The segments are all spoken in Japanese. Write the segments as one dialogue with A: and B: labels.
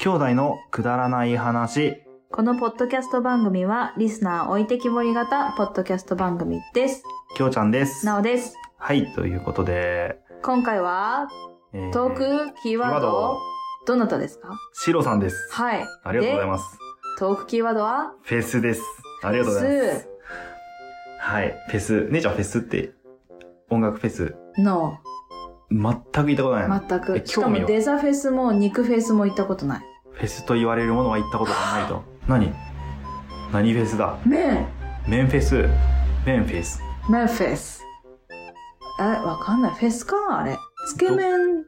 A: 兄弟のくだらない話。
B: このポッドキャスト番組は、リスナー置いてきぼり型ポッドキャスト番組です。
A: きょうちゃんです。
B: なおです。
A: はい、ということで、
B: 今回は、
A: えー
B: トークキー
A: キ
B: ワード、、どなたですか
A: シロさんです。
B: はい。
A: ありがとうござい
B: す。
A: ます。
B: トークキーワードは、
A: フェスです。ありがとうございます。はい、フェス。姉ちゃんフェスって、音楽フェス、
B: の、
A: 全く行ったことないの、
B: 全
A: え
B: く。し
A: 興
B: か
A: 味は
B: もデザフェスも肉フェスも行ったことない。
A: フェスと言われるものは行ったことがないと。何何フェスだ
B: 麺
A: メンフェス。メンフェス。
B: 麺フェス。え、わかんない。フェスかなあれ。つけ麺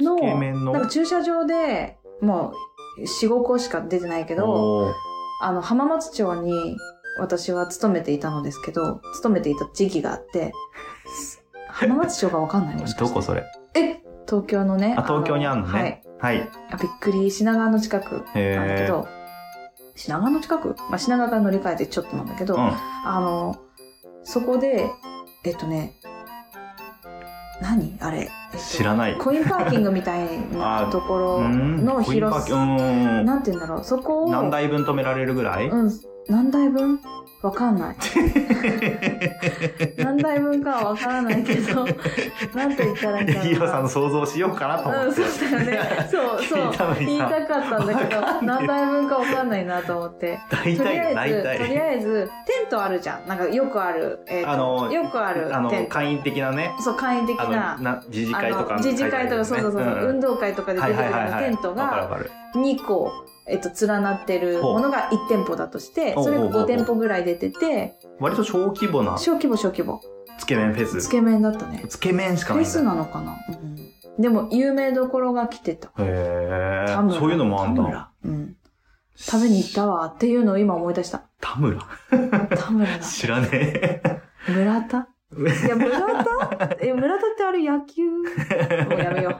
B: の、
A: つけ麺の
B: なんか駐車場で、もう、4、5個しか出てないけど、
A: おー
B: あの、浜松町に私は勤めていたのですけど、勤めていた時期があって、浜松町がわかんないもしか
A: ど
B: して
A: こそれ
B: え東京のね。
A: あ、東京にあんの
B: はい
A: ね。はい。
B: あびっくり品川の近くなんだけ
A: へー
B: ど、品川の近く、まあ、品川から乗り換えてちょっとなんだけど、
A: うん。
B: あのそこでえっとね何あれ、えっと
A: 知らない。
B: コインパーキングみたいな
A: あ
B: ところ
A: うん
B: の
A: コインパ
B: 広
A: ーキう
B: さ
A: ーん
B: なんて言うんだろうそこを
A: 何台分止められるぐらい、
B: うん何台分わかんない何台分かはわからないけ どなんて言ったらいいんだろうな
A: ヒロさんの想像をしようかなと
B: う
A: 思
B: ん、
A: って、
B: そうだよね。そう そ
A: 聞いたの
B: う。
A: に
B: 言い
A: さ
B: たかったんだけど
A: わか、んない
B: 何台分かわかんないなと思って。
A: 大
B: とり
A: 体
B: あえ
A: 大
B: ず、とり
A: 体
B: あえず、テントあるじゃん。なんかよくある、えーと
A: あの
B: よくある
A: あ
B: テ
A: の
B: ント。
A: 会員的なね
B: そう、会員的
A: あの
B: な。
A: な自治会とか
B: あの自治会とか、そうそうそう、運動会とかで出てくるようなテント
A: わかるわ
B: が
A: かる
B: 2個、えっと、連なってるものが1店舗だとして、
A: ほう
B: それが
A: ほうほうほ
B: 5
A: う
B: 店舗ぐらい出てて、
A: 割と小規模な
B: 小規模小規模。
A: つけ麺フェス
B: つけ麺だったね。
A: つけ麺しか
B: フ
A: ない
B: ェ
A: んだ
B: スなのかな、うん、でも、有名どころが来てた。
A: へ
B: 田
A: ー
B: 村
A: そういうのもあん
B: 田
A: だ
B: 村うん。食べに行ったわっていうのを今思い出した。
A: 田村
B: 田村だ。
A: 知らね え
B: 村 田いや、村田え、村田ってあれ野 球もうやめよう。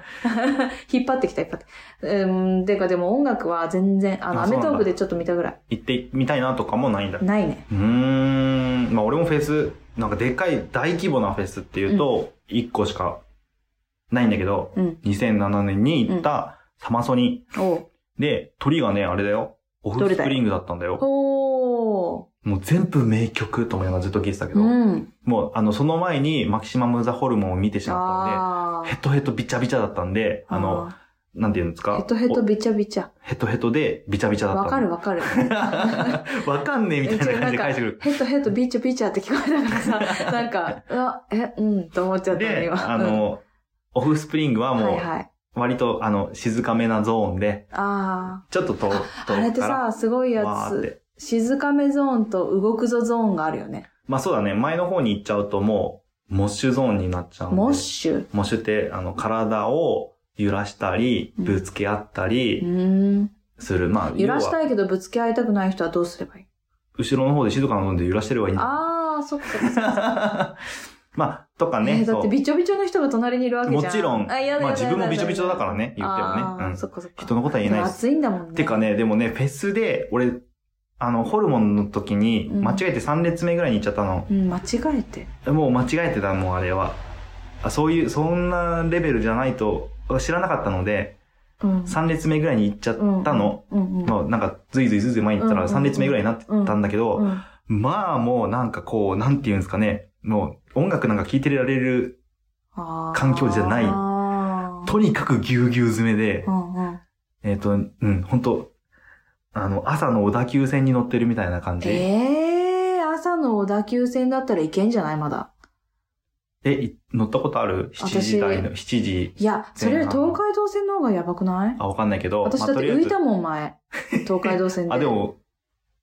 B: 引 っ張ってきた、引っ張って。うん、てかでも音楽は全然、あの、
A: あ
B: アメトー
A: そうな
B: ー
A: ん
B: ク
A: だ
B: でちょっと見たぐらい。
A: 行ってみたいなとかもないんだ
B: ないね。
A: うーんまあ俺もフェスなんかでっかい大規模なフェスっていうと1個しかないんだけど、
B: うん。
A: 2007年に行ったサマソニ
B: おう
A: で鳥がねあれだよオフスプリングだったんだよ
B: ほ
A: もう全部名曲と思いながらずっと聴いてたけ
B: う。
A: ど、
B: うん。
A: もうあのその前にマキシマム・ザ・ホルモンを見てしまった
B: あ
A: んで
B: ー
A: ヘトヘトビチャビチャだったんであの、なんて言うんです
B: ー
A: か
B: ヘトヘト
A: お
B: びちゃびちゃ。
A: ヘトヘトでビチャビチャだった
B: わ
A: の
B: かるわかる。
A: わかんねえみたいな感じで返してくる。
B: ヘトヘトビチャビチャって聞こえたから さ、なんか、うわ、え、うん、と 思っちゃったの
A: で、
B: 今。
A: あの、オフスプリングは
B: うん、は
A: も
B: いは
A: う、
B: い。
A: 割と、あの、静かめなゾーンで、
B: あ
A: ちょっと遠遠
B: あ。あれっ
A: く
B: て
A: から、
B: さ、すごいや
A: わーっ
B: つ。
A: て。
B: 静かめゾーンと動くぞゾーンがあるよね。
A: まあそうだね、前の方に行っちゃうともう、モッシュゾーンになっちゃうんで。
B: モッシュ。
A: モッシュって、あの、体を揺らしたり、
B: うん
A: ぶつけ合った
B: う
A: り
B: ーん。
A: する。まあ、
B: 揺らし
A: 要は
B: たいけどぶつけ合いたくない人はどうすればいい
A: 後ろの方で静かなゾーンで揺らしてればいいんだ。
B: ああ、そっかそっか。
A: まあ、とか
B: え
A: ね、
B: ーだってびちょびちょの人が隣にいるわけじゃ
A: も
B: ん。
A: ちろん、
B: あ、やだやだ、
A: まあ自分もびちょびちょだかららね、言って
B: あ
A: もね。
B: ー
A: うん
B: そっかそっか。
A: 人のことは言え
B: で
A: ない
B: も
A: です。
B: 暑いんだもんね。
A: てか。ね、でもね、フェスで、俺、あの、ホルモンの時に、
B: うん
A: 間違えて3列目ぐらいに行っちゃったの。
B: うん、間違えて。
A: もう間違えてた、もうあれは。あそういう、そんなレベルじゃないと、知らなかったので、
B: うん。
A: 3列目ぐらいに行っちゃったの。
B: うんうん。
A: まあ、なんか、ずいずいずいずい前に行った
B: うん
A: ら
B: うんうん
A: 3列目ぐらいになってたんだけど、
B: うん
A: まあもうなんかこう、なんて言うんですかね、もう音楽なんか聴いてられる、
B: あー
A: 環境じゃない
B: あー
A: とにかくぎゅうぎゅう詰めで
B: う、んうん。
A: えっ、と、うん、本当あの、朝の小田急線に乗ってるみたいな感じ。
B: ええー、朝の小田急線だったらいけんじゃないまだ。
A: え、い乗ったことある ?7
B: 私
A: 時台の、7時。
B: いや、それより
A: 前半
B: 東海道線の方がやばくない
A: あ、わかんないけど。
B: 私だ
A: ま
B: っ
A: あと
B: て
A: りあえ
B: 浮
A: ず
B: いたもん、前。東海道線で。
A: あ、で。も、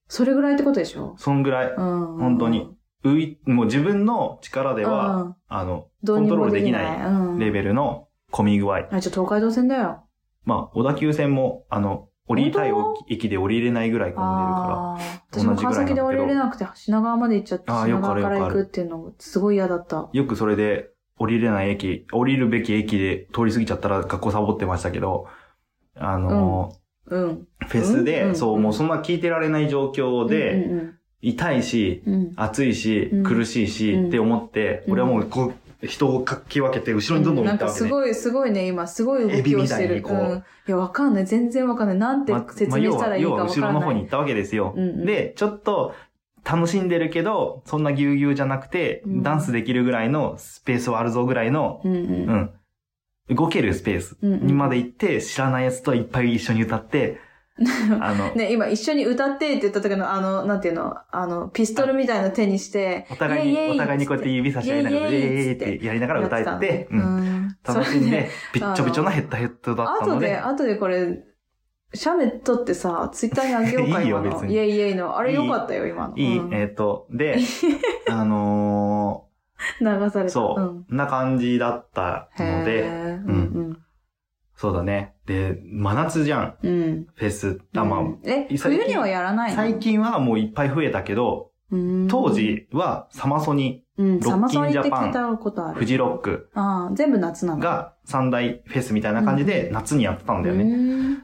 B: それぐらいってことでしょ
A: そんぐらい。
B: うん。
A: 本当に。浮い、もう自分の力では、
B: うん、
A: あの、
B: どうにもできない。
A: コント
B: うん。
A: レベルの混み具合。
B: あ、じゃあ東海道線だよ。
A: まあ、小田急線も、あの、降りたい
B: 本
A: 駅で降りれないぐらい混んでるか
B: ああ。私も川崎で降りれなくて、品川まで行っちゃって、
A: あー
B: 品
A: よくあ
B: 川
A: る
B: から
A: よくあ
B: 行
A: る
B: くっていうのがすごい嫌だった。
A: ら、よくそれで、降りれない駅、降りるべき駅で通り過ぎちゃったら学校サボってましたけど、あの、
B: うん。
A: フェス
B: うんうん
A: で、そう、もうそんな聞いてられない状況で、
B: うん
A: 痛いし、
B: うんうん。
A: 暑いし
B: うん、
A: 苦しいし、
B: うん
A: って思って、
B: うん
A: 俺はもうこう、人をかき分けて、後ろにどんどん
B: な
A: 行
B: ん
A: った
B: か
A: わけ
B: す
A: ね。
B: ごい、すごいね、今、すごい動きをして
A: エビみたいに
B: る。。
A: こうん
B: いや、わかんない。全然わかんない。なんて
A: ま
B: 説明したらいいか
A: まあ要は、
B: わ
A: 要は後
B: か
A: ろ
B: ん
A: の方
B: な
A: に
B: い。
A: 行ったわけですよ。
B: うんうん
A: で、ちょっと、楽しんでるけど、そんなぎゅうぎゅうじゃなくて、
B: うん
A: ダンスできるぐらいのスペースはあるぞぐらいの、
B: うんう
A: うんん。動けるスペース
B: うん
A: に
B: うん
A: まで行って、知らないやつといっぱい一緒に歌って、 あの、
B: ね、今、一緒に歌ってって言った時の、あの、なんていうの、あの、ピストルみたいな手にして、
A: お互い
B: イエイイエ
A: に、
B: イ
A: お互いにこうやって指差し合いながら、
B: イ
A: イ
B: エ
A: エ
B: イイエイ
A: ーイってやりながら歌えて、
B: う
A: うん
B: ん。
A: 楽しん
B: それ
A: で、びっちょびちょなヘッダヘッドだった
B: 後
A: の
B: で、
A: で、
B: 後でこれ、写メ撮ってさ、ツイッターにあげよう か、
A: いいよ
B: 今の。
A: 別に
B: イエイイエイの。あれよかったよ、今の。
A: いい、
B: うん
A: えっと、で、 あの
B: 流され
A: ー、
B: た。
A: そう、な感じだったの
B: で、
A: で、
B: うん
A: そうだね。で、真夏じゃん、
B: うん。うん。
A: フェス。あ、
B: う
A: ま
B: んえ、
A: 最近
B: 冬にはやらな
A: あ、
B: いの
A: 最、近はもういっぱい増えたけど、
B: うん
A: 当、時はサマソニ、
B: う
A: ロッ
B: ん、
A: キン
B: サマソニって
A: ジャパン
B: 聞いたことある。
A: フジロック
B: ああ、全部夏なの。
A: が三大フェスみたいな感じで夏にやってたんだよね。
B: うん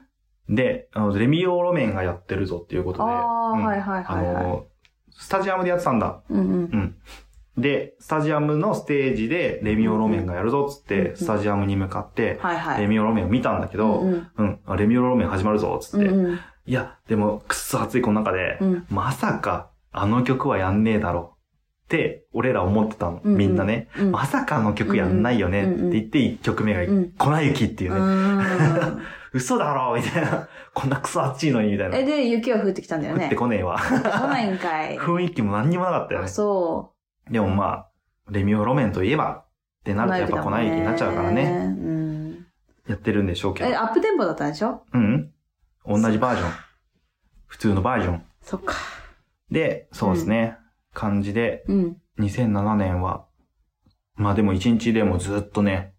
A: で、あの、レミオロメンがやってるぞっていうことで、
B: あー
A: うん
B: はいはいはいはい
A: あの、スタジアムでやってたんだ。
B: うんうん。
A: で、スタジアムのステージでレミオロメンがやるぞっつっ
B: うんう
A: て、
B: ん
A: スタジアムに向かって、
B: はいはい。
A: レミオロメンを見たんだけ
B: うん
A: ど、うん、
B: うん
A: あレミオロメン始まるぞっつ
B: う
A: っ
B: ん
A: て、
B: うん
A: いや、でも、くっそ暑いこの中で、
B: うん
A: まさか、あの曲はやんねえだろう。って、俺ら思ってたの。
B: うんうん
A: みんなね。
B: うん
A: まさかあの曲やんないよね。
B: うんうん
A: って言って、1曲目が、
B: うん
A: 粉雪っていう
B: う
A: ね。
B: ん
A: 嘘だろみたいな。こんなクソ暑いのに、みたいな。
B: え、で、雪は降ってきたんだよ
A: 降
B: ね。
A: ってこねえわ。
B: 来ないんかい。
A: 雰囲気も何にもなかったよ
B: あ、
A: ね。
B: そ
A: でもまあ、レミオロメンといえば、って
B: う。
A: なるとやっぱ粉雪になっちゃうからね。
B: うん。
A: やってるんでしょうけ
B: え、
A: ど。
B: アップテンポだったんでしょ
A: うん同じバージョン。普通のバージョン。
B: そっか。
A: で、そうですね。感じで、
B: うん。
A: 2007年は、まあでも一日でもずっとね、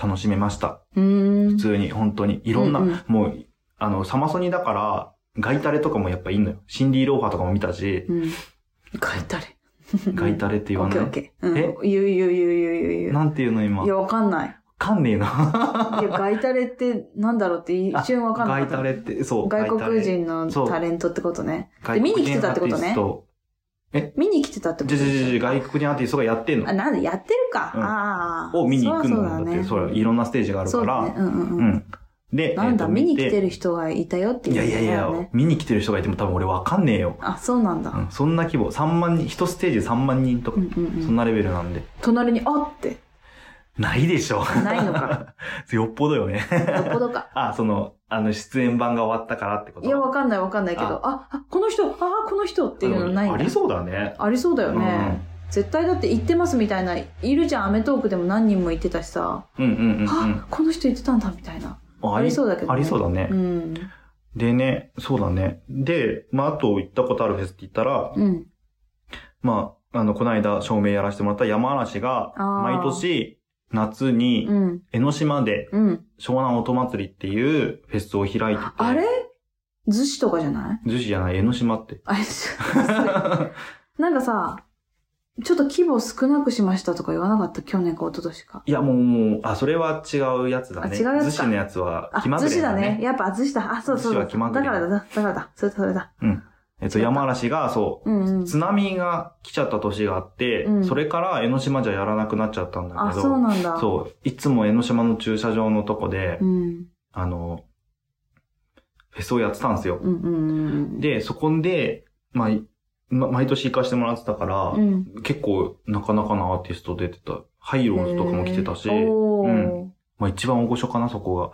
A: 楽しめました。
B: うー
A: 普。
B: ん
A: 通に、本当に。いろんな、
B: うんうん
A: もう、あの、サマソニだから、ガイタレとかもやっぱいいのよ。シンディ・ローファーとかも見たし、
B: うん。ガイタレ。
A: ガイタレって言
B: オ
A: わ
B: ッ
A: な
B: ケ
A: い
B: ーオッ。ケー。うん。
A: え
B: 言う言う言う言う言う言う。
A: なんていうの今。
B: いや、
A: わ
B: わかんない。
A: かんねえな。
B: いや、ガイタレってなんだろうって一瞬わかんな
A: ガ
B: い。
A: イタレって、そう。
B: 外国人の
A: そう
B: タレントってことね。
A: ガイタレ。
B: で見に来てたってことね
A: と。
B: 見に来てたってこと
A: じゃ
B: でし
A: じ
B: ょ
A: ゃじゃじゃ外国人アーティストがやってん
B: あ、
A: の。
B: なんでやってるか。
A: うん
B: ああ。
A: を見に行くんだっ
B: そり
A: て、
B: ゃ
A: そ
B: そうだ
A: れ
B: ね。
A: いろんなステージがある
B: そ
A: か
B: うだね。
A: ら。
B: うんうん
A: う
B: うん。
A: ん。で、
B: なんだ、
A: えーと
B: 見に来て
A: て
B: る人がいたよって
A: い
B: いうこ
A: や
B: と
A: い
B: だ
A: や
B: よ
A: い
B: ね。
A: や、見に来てる人がいても多分俺わかんねえよ。
B: あ、そうなん
A: う
B: だ。
A: ん、そんな規模、3万人、1ステージ3万人とか、
B: うんうんう
A: そん
B: ん。
A: なレベルなんで。
B: 隣に、あって。
A: ないでしょ。
B: ないのか。
A: よっぽどよね。
B: どこどか。
A: あ、その、あの、出演版が終わったからってこと
B: いや、わかんないわかんないけど、あ、あ、この人、ああ、この人っていうのないん
A: あ
B: だ
A: りそうだね。
B: ありそうだよね。絶対だって行ってますみたいな、いるじゃん、アメトークでも何人も行ってたしさ、
A: うんうんうんうんうん
B: あ、この人行ってたんだみたいな。
A: あ
B: ありそうだけどね
A: ありそうだね
B: う。ん。
A: でね、そうだね。で、まあ、あと行ったことあるフェスって言ったら、
B: うん。
A: まあ、あの、この間、照明やらせてもらった山嵐が、
B: あー
A: 毎年、夏に
B: う、ん。
A: 江ノ島で、
B: うん。
A: 湘南音祭りっていうフェスを開いてて。
B: あれ寿司とかじゃない
A: 逗子じゃない、江ノ島って。
B: あれ、 なんかさ、ちょっと規模少なくしましたとか言わなかった去年か一昨年か。
A: いや、もう、もう、あ、それは違うやつだ
B: あ
A: ね。
B: 違うやつ
A: 逗
B: か
A: 子のやつは
B: あ、、
A: 気まぐ
B: 寿司
A: れ
B: だ
A: だね。
B: ね。やっぱ寿司だ。あ、そうそ
A: 寿司
B: う。だ
A: は気ま
B: か
A: ぐれ
B: らだ、だからだ。それだ、それだ。
A: えっと、山嵐が、そ
B: うんう
A: う、
B: ん。
A: 津波が来ちゃった年があって、
B: うん
A: それから江ノ島じゃやらなくなっちゃったんだ
B: あ、
A: けど、
B: そうなんだ。
A: そういつも江ノ島の駐車場のとこで、
B: うん。
A: あの、フェスをやってたんですよ。
B: うんうんうん
A: で、そこで、まあ、いま毎年行かしてもらってたから、
B: うん。うん。
A: 結構なかなかなアーティスト出てた。ハイローズとかも来てたし、
B: へーおー
A: まあ一番大御所かな、そこが。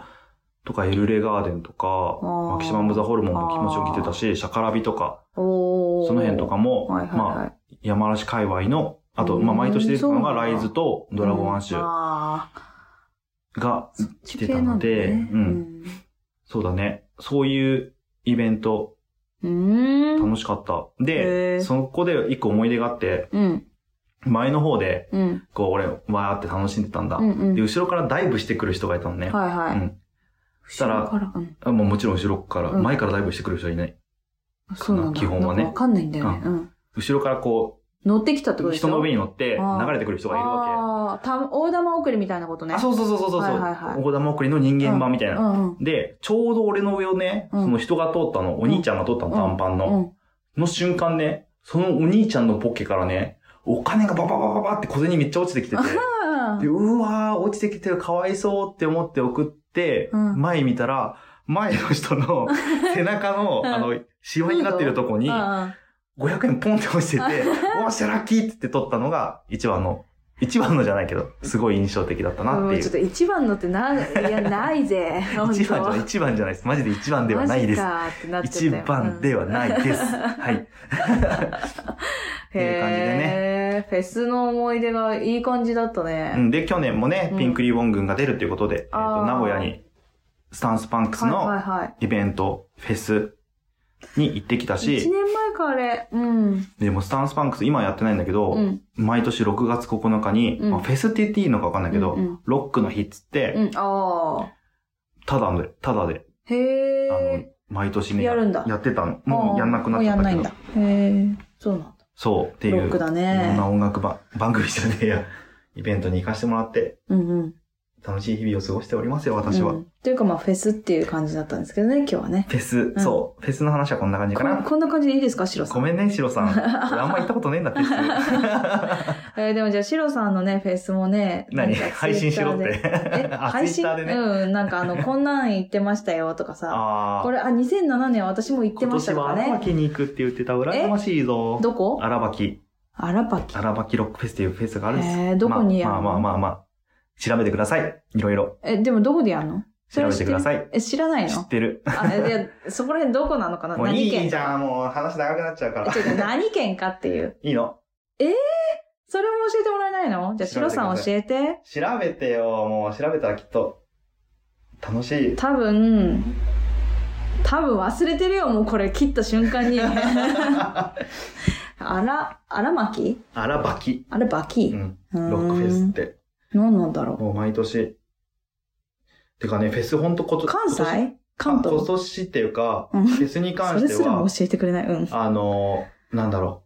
A: とか、エルレガーデンとか、
B: ー
A: マキシマム・ザ・ホルモンも気持ちよく来てたし、シャカラビとか、
B: おー
A: その辺とかも、
B: はいはい
A: まあ、
B: はい。
A: 山嵐界隈の、あと、
B: うん
A: まあ、毎年出てたのが、
B: そうなん
A: ラ
B: だ
A: イズとドラゴンアッシ
B: うん
A: ュ
B: あー
A: が、
B: そっち
A: 来て
B: 系
A: た
B: な
A: の
B: んだ
A: で
B: ね。
A: そうだね、そういうイベント、
B: うん。うーん。
A: 楽しかった。
B: へー
A: で、そこで一個思い出があって、
B: うん。
A: 前の方で、
B: うん。
A: こう、俺、わーって楽しんでたんだ
B: う。んうん
A: で、後ろからダイブしてくる人がいたのね。
B: はいは
A: う
B: い。
A: んしたら
B: 後ろからうん
A: あもうもちろん後ろから、
B: うん
A: 前からダイブしてくる人はいない。
B: そうなんだ。
A: 基本はね
B: なんかわかんないんだよね。うん。
A: 後ろからこう、
B: 乗ってきたってことでし
A: 人
B: ょ
A: の上に乗って
B: あー
A: 流れてくる人がいるわ
B: ああ、た大玉送りみたいなこと
A: け。
B: ね。
A: あ、そうそうそうそうそう。
B: はいはいはい
A: 大玉送りの人間版みたいな。
B: うんうん。
A: で、ちょうど俺の上をね、
B: うん
A: その人が通ったの、お兄ちゃんが通ったの、
B: う
A: 短
B: ん
A: パン
B: う
A: の。
B: ん。
A: の瞬間ね、そのお兄ちゃんのポッケからね、お金がバババババって小銭めっちゃ落ちてきてて、
B: あ
A: でうわー、落ちてきてる、かわいそうって思って送って、
B: うん
A: 前見たら、前の人の背中 の、
B: うん
A: あの、シワになってるとこに、
B: あ
A: 500円ポンって落ち てて、おーし、ラッキーって言って取ったのが、一番の、一番のじゃないけど、すごい印象的だった
B: あ
A: なっ
B: も
A: て
B: う
A: い
B: ち
A: う。
B: ょっと一番のってな、いや、ないぜ。本当
A: 一番じゃない、一番じゃないです。マジで一番ではないです。
B: マジかってなっち
A: 一
B: ゃったよ
A: 番ではないです。はい。ていう感じでね
B: へーフェスの思い出がいい感じだったね。
A: うんで、去年もね
B: う、ん
A: ピンクリボン軍が出るということで、えっ
B: あー
A: と、名古屋に、スタンスパンクス
B: はい
A: の
B: はいはい。
A: イベント、フェスに行ってきた
B: 1
A: し、
B: 年前かあれ。うん。
A: でもスタンスパンクス今やってないんだけど、
B: うん。
A: 毎年6月9日に、
B: うん
A: まあフェスって言っていいのかわかんないけど、
B: うんうん
A: ロックの日っつって、
B: うん。ああ。
A: ただで、ただで、
B: へ
A: あの
B: え。、
A: 毎年ね、
B: やるんだ
A: ってたの。もうやんなくなっ
B: もう
A: ちゃ
B: や
A: った
B: んな
A: け
B: い
A: ど。
B: んだ。へえ。そうなんだ。
A: そう、って
B: ロ
A: い
B: ッ
A: う、
B: クだ
A: いろん
B: ね
A: な。音楽ば 番組じゃねえや、イベントに行かせてもらって、
B: うんうん。
A: 楽しい日々を過ごしておりますよ、私は。
B: うん。というかまあフェスっていう感じだったんですけどね、今日はね。
A: フェス、
B: ん
A: そう、フェスの話はこんな感じか
B: こ
A: な。
B: んこんな感じでいいですか、シロさ
A: ご
B: ん。
A: めんね、シロさん。俺あんま行ったことねえんだって。
B: えーでもじゃあシロさんのね、フェスもね、
A: 何
B: なんか
A: 配信しろっ
B: Twitter で。
A: て。
B: え、
A: あ
B: 配信
A: Twitter でね
B: うん、なんかあの、こんなん言ってましたよとかさ。
A: ああ。
B: これ、あ、2007年私も言って
A: 今
B: まし
A: 年
B: たと
A: は
B: か
A: 荒
B: ね。
A: 巻に行くって言ってた羨ましいぞ。
B: どこ
A: 荒巻、
B: 荒ばき。
A: 荒巻ロックフェスっていうフェスがあるんです。
B: えーどこにやる
A: ま
B: の
A: あまあまあまあ。調べてください。いろいろ。
B: え、でもどこでやるのそ
A: 調
B: れ
A: べてくださ
B: 知っ
A: い
B: る。え、知らない
A: 知
B: の
A: ってる。
B: あ、えいや、そこら辺どこなのかな
A: もうい
B: 何県
A: いじゃん。もう話長くなっちゃうか
B: え
A: ら
B: ち。ょっと何県かっていう。
A: いいの
B: それも教えてもらえないのじゃあ、シロさん教えて。
A: 調べてよ。もう調べたらきっと、楽し い。
B: 多分、多分忘れてるよ、もうこれ切った瞬間 に。あら、あらまき
A: 荒巻。
B: あれば
A: う
B: き
A: ん。ロックフェスっ。て。
B: うーん何なんだろ
A: もう毎年。てかね、フェスほんとこと、
B: う。関
A: 今年
B: 西関
A: あ今
B: 東
A: 年っていうか、
B: うん
A: フェスに関
B: そ
A: し
B: れ
A: て
B: すら
A: は
B: も、教えてくれない。うん。
A: あの、なんだろ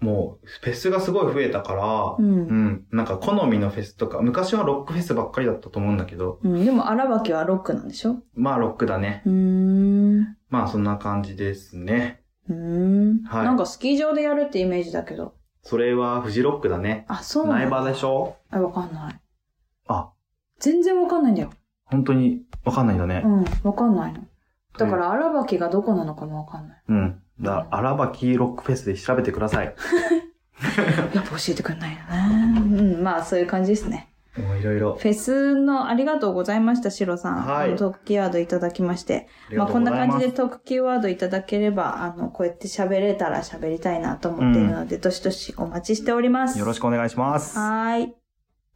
A: う。もう、フェスがすごい増えたか
B: う。
A: ら、うんん。なんか、好みのフェスとか、昔はロックフェスばっかりだったと思うんだけど、
B: うん、でも、あらばきはロックなんでしょ
A: まあ、ロックだね。
B: うーん。
A: まあ、そんな感じですね。
B: うーん。
A: はい
B: なんかスキー場でやるってイメージだけど。
A: それは、フジロックだね。
B: あ、そうな
A: 苗
B: んだ。
A: 場でしょ
B: あ、わかんない。
A: あ、
B: 全然わかんないんだよ。
A: 本当に、わかんないんだ
B: う
A: ね。
B: ん、わかんないの。だから、荒ばきがどこなのかもわか んない。
A: うん。うん。だ、荒ばきロックフェスで調べてください。
B: やっぱ教えてくれないよね。うん、まあ、そういう感じですね。
A: もういろいろ。
B: フェスのありがとうございました、シロさん。
A: はい
B: あのトークキーワードいただきまして。
A: り
B: ま
A: がと
B: あ、こ
A: うんご
B: な
A: ざい
B: 感
A: ま
B: じ
A: す
B: でトークキーワードいただければ、あの、こうやって喋れたら喋りたいなと思っているので、どしどしお待ちしております。
A: よろし
B: く。
A: くお願いします。
B: はーい。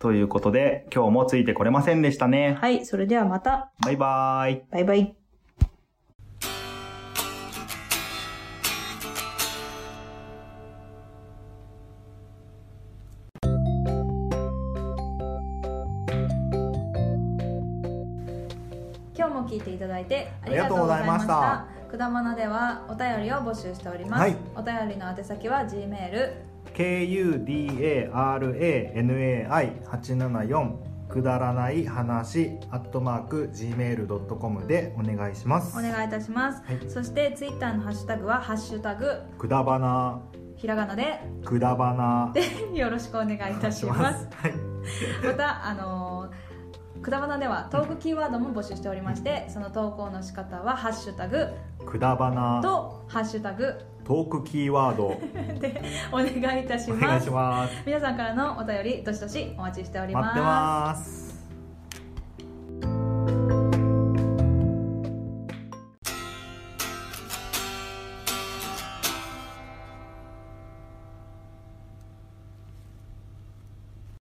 A: ということで、今日もついてこれませんでしたね。
B: はい、それではまた。
A: バイバーイ。
B: バイバイ。今日も聞いていただいてありがとうございました。
A: あ
B: くだまなではお便りを募集しております。
A: はい
B: お便りの宛先は G メール
A: kudaranai874 くだらない話アットマーク gmail.com でお願いします
B: お願いいたします。
A: はい
B: そしてツイッターのハッシュタグはハッシュタグ
A: くだばな
B: ひらがなで
A: くだば な
B: よろしくお願いいたし
A: お願
B: ま
A: い
B: す
A: し。はい
B: またあのーくだばなではトークキーワードも募集しておりましてその投稿の仕方は「ハッシュタグ
A: くだば」な
B: と「ハッシュタグ
A: トークキーワード」
B: でお願いいたし
A: お
B: ま
A: 願い
B: す
A: します
B: 皆さんからのお便りどしどしお待ちしており
A: 待ってます